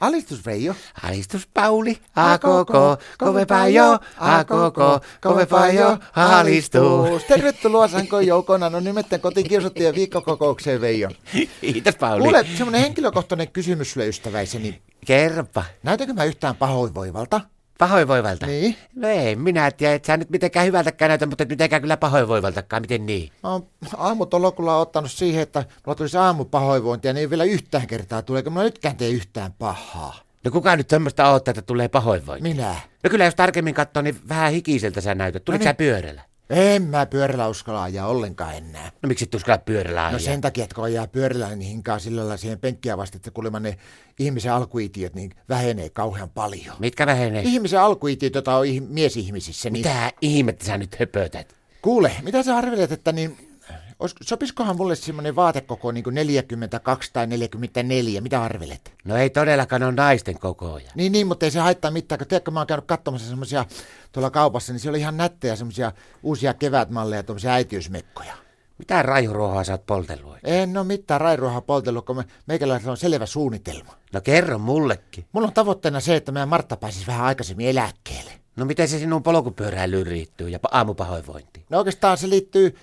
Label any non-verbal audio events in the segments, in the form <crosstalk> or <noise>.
Alistus Veijo. Alistus Pauli, a koko, kovempaa jo, a koko, kovempaa jo, alistus. Tervetuloa Sanko Joukona, no nimetten kotikiusattujen viikkokokoukseen No Veijo. <laughs> Kiitos Pauli. Kuule, semmoinen henkilökohtainen kysymys sulle ystäväiseni. Kerropa, Näytänkö mä yhtään pahoinvoivalta? pahoinvoivalta. Niin. No ei, minä tiedä, et sä nyt mitenkään hyvältäkään näytä, mutta et mitenkään kyllä pahoinvoivaltakaan, miten niin? Mä oon aamutolokulla ottanut siihen, että mulla tulisi aamupahoinvointia, niin ei vielä yhtään kertaa tule, kun mä nytkään tee yhtään pahaa. No kuka nyt semmoista oottaa, että tulee pahoinvointi? Minä. No kyllä jos tarkemmin katsoo, niin vähän hikiseltä sä näytät. No Tuliko sä niin. pyörällä? En mä pyörällä uskalla ajaa ollenkaan enää. No miksi et uskalla pyörällä ajaa? No sen takia, että kun ajaa pyörällä, niin hinkaa sillä lailla siihen penkkiä vasten, että kuulemma ne ihmisen alkuitiot niin vähenee kauhean paljon. Mitkä vähenee? Ihmisen alkuitiot, jota on ih- miesihmisissä, niin Mitä ihmettä sä nyt höpötät? kuule, mitä sä arvelet, että niin, olis, sopiskohan mulle semmoinen vaatekoko niin kuin 42 tai 44, mitä arvelet? No ei todellakaan ole naisten kokoja. Niin, niin, mutta ei se haittaa mitään, kun tiedätkö, mä oon käynyt katsomassa semmoisia tuolla kaupassa, niin siellä oli ihan nättejä semmoisia uusia kevätmalleja, tuommoisia äitiysmekkoja. Mitä rajuruohoa sä oot poltellut? oikein? En ole mitään rairuohaa poltellut, kun me, meikäläisellä on selvä suunnitelma. No kerro mullekin. Mulla on tavoitteena se, että meidän Martta pääsisi vähän aikaisemmin eläkkeelle. No miten se sinun polkupyöräilyyn riittyy ja pa- aamupahoinvointiin? No oikeastaan se liittyy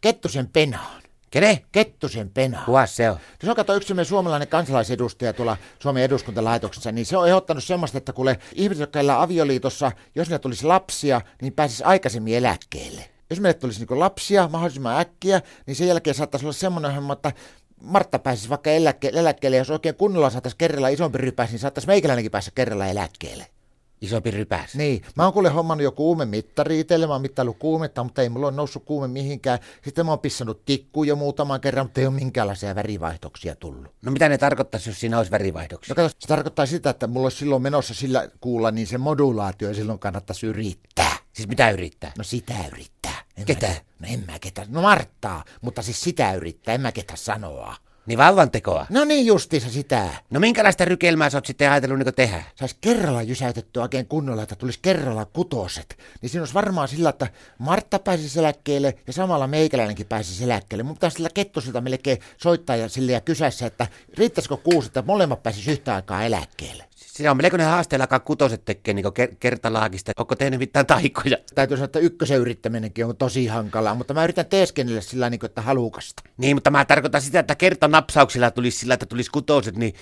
Kettusen penaan. Kene? Kettusen penaan. No Kuas se on. se on kato yksi semmoinen suomalainen kansalaisedustaja tuolla Suomen eduskuntalaitoksessa, niin se on ehdottanut semmoista, että kuule ihmiset, jotka elää avioliitossa, jos ne tulisi lapsia, niin pääsis aikaisemmin eläkkeelle. Jos meille tulisi niinku lapsia mahdollisimman äkkiä, niin sen jälkeen saattaisi olla semmoinen homma, että Martta pääsisi vaikka eläkkeelle, eläkkeelle ja jos oikein kunnolla saataisiin kerralla isompi rypäs, niin saattaisi meikäläinenkin päästä kerralla eläkkeelle. Isompi rypäs. Niin, mä oon kuule hommannut jo kuumemittari itselle, mä oon mittaillut kuumetta, mutta ei mulla ole noussut kuume mihinkään. Sitten mä oon pissannut tikkuun jo muutaman kerran, mutta ei ole minkäänlaisia värivaihtoksia tullut. No mitä ne tarkoittaisi, jos siinä olisi värivaihdoksia? No kato, se tarkoittaa sitä, että mulla olisi silloin menossa sillä kuulla, niin se modulaatio ja silloin kannattaisi yrittää. Siis mitä yrittää? No sitä yrittää. En Ketä? Mä, no en mä ketä. No Marttaa, mutta siis sitä yrittää, en mä ketä sanoa. Niin vauvan tekoa. No niin justiinsa sitä. No minkälaista rykelmää sä oot sitten ajatellut niin tehdä? saisi kerralla jysäytettyä oikein kunnolla, että tulisi kerralla kutoset. Niin siinä olisi varmaan sillä, että Martta pääsisi eläkkeelle ja samalla meikäläinenkin pääsisi eläkkeelle. Mun pitäisi sillä kettosilta melkein soittaa ja sille ja kysässä, että riittäisikö kuusi, että molemmat pääsisi yhtä aikaa eläkkeelle. Siinä Siis on melkoinen haasteellakaan kutoset tekee niin ker- kertalaakista. Onko tehnyt mitään taikoja? Täytyy sanoa, että ykkösen yrittäminenkin on tosi hankalaa, mutta mä yritän teeskennellä sillä niin kuin, että halukasta. Niin, mutta mä tarkoitan sitä, että kertanapsauksilla tulisi sillä, että tulisi kutoset, niin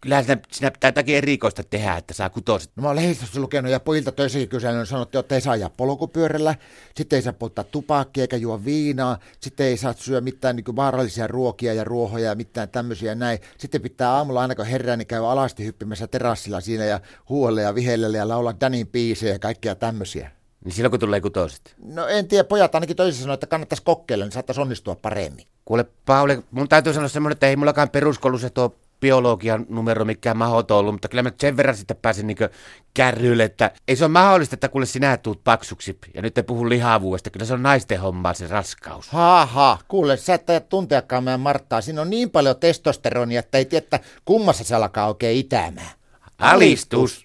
kyllähän sinä, sinä pitää jotakin erikoista tehdä, että saa kutoset. No mä oon lehdistössä lukenut ja pojilta töissäkin kyselyn sanottiin, että ei saa ajaa polkupyörällä, sitten ei saa polttaa tupakkia eikä juo viinaa, sitten ei saa syödä mitään niin vaarallisia ruokia ja ruohoja ja mitään tämmöisiä näin. Sitten pitää aamulla aina kun herää, niin käy alasti hyppimässä terassilla siinä ja huuelle ja vihelle ja laulaa Danin biisejä ja kaikkia tämmöisiä. Niin silloin kun tulee kutoset. No en tiedä, pojat ainakin töissä sanoo, että kannattaisi kokeilla, niin saattaisi onnistua paremmin. Kuule Pauli, mun täytyy sanoa semmoinen, että ei mullakaan peruskoulussa tuo biologian numero mikään mahdoton ollut, mutta kyllä mä nyt sen verran sitten pääsin niinkö kärryille, että ei se ole mahdollista, että kuule sinä tuut paksuksi. Ja nyt ei puhu lihavuudesta, kyllä se on naisten hommaa se raskaus. Haha, kuule, sä et tajua tunteakaan meidän Marttaa. Siinä on niin paljon testosteronia, että ei tiedä, että kummassa se alkaa oikein itämään. Alistus!